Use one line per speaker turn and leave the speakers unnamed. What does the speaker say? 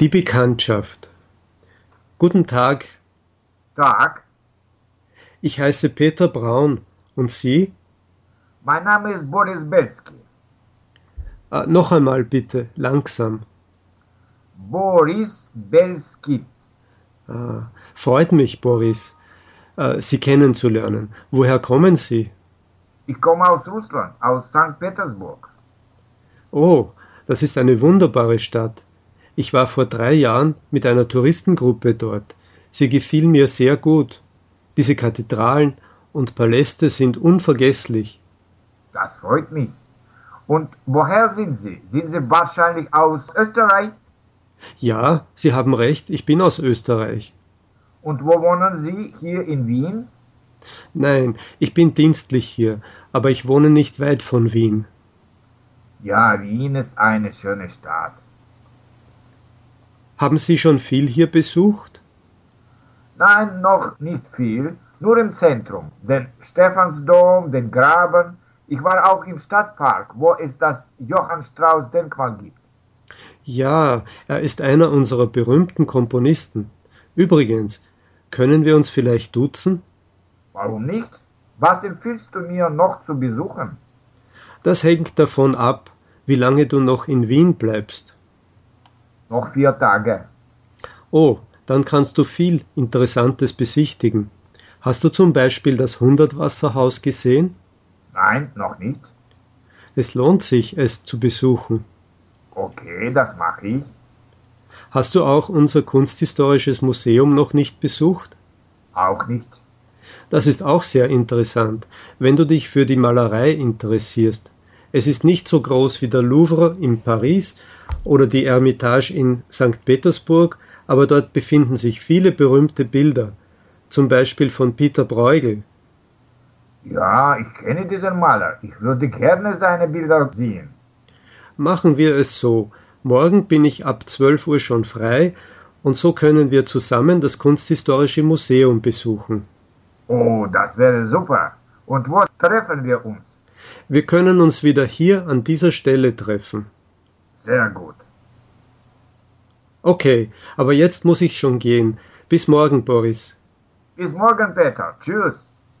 Die Bekanntschaft. Guten Tag,
Tag,
ich heiße Peter Braun. Und Sie?
mein Name ist Boris Belski.
Äh, noch einmal bitte, langsam.
Boris Belski.
Ah, freut mich, Boris, äh, Sie kennenzulernen. Woher kommen Sie?
Ich komme aus Russland, aus St. Petersburg.
Oh, das ist eine wunderbare Stadt. Ich war vor drei Jahren mit einer Touristengruppe dort. Sie gefiel mir sehr gut. Diese Kathedralen und Paläste sind unvergesslich.
Das freut mich. Und woher sind Sie? Sind Sie wahrscheinlich aus Österreich?
Ja, Sie haben recht, ich bin aus Österreich.
Und wo wohnen Sie? Hier in Wien?
Nein, ich bin dienstlich hier, aber ich wohne nicht weit von Wien.
Ja, Wien ist eine schöne Stadt.
Haben Sie schon viel hier besucht?
Nein, noch nicht viel, nur im Zentrum, den Stephansdom, den Graben. Ich war auch im Stadtpark, wo es das Johann Strauß Denkmal gibt.
Ja, er ist einer unserer berühmten Komponisten. Übrigens, können wir uns vielleicht duzen?
Warum nicht? Was empfiehlst du mir noch zu besuchen?
Das hängt davon ab, wie lange du noch in Wien bleibst.
Noch vier Tage.
Oh, dann kannst du viel Interessantes besichtigen. Hast du zum Beispiel das Hundertwasserhaus gesehen?
Nein, noch nicht.
Es lohnt sich, es zu besuchen.
Okay, das mache ich.
Hast du auch unser Kunsthistorisches Museum noch nicht besucht?
Auch nicht.
Das ist auch sehr interessant, wenn du dich für die Malerei interessierst. Es ist nicht so groß wie der Louvre in Paris oder die Ermitage in St. Petersburg, aber dort befinden sich viele berühmte Bilder, zum Beispiel von Peter Bruegel.
Ja, ich kenne diesen Maler. Ich würde gerne seine Bilder sehen.
Machen wir es so. Morgen bin ich ab 12 Uhr schon frei und so können wir zusammen das Kunsthistorische Museum besuchen.
Oh, das wäre super. Und wo treffen wir uns?
Wir können uns wieder hier an dieser Stelle treffen.
Sehr gut.
Okay, aber jetzt muss ich schon gehen. Bis morgen, Boris.
Bis morgen, Peter. Tschüss.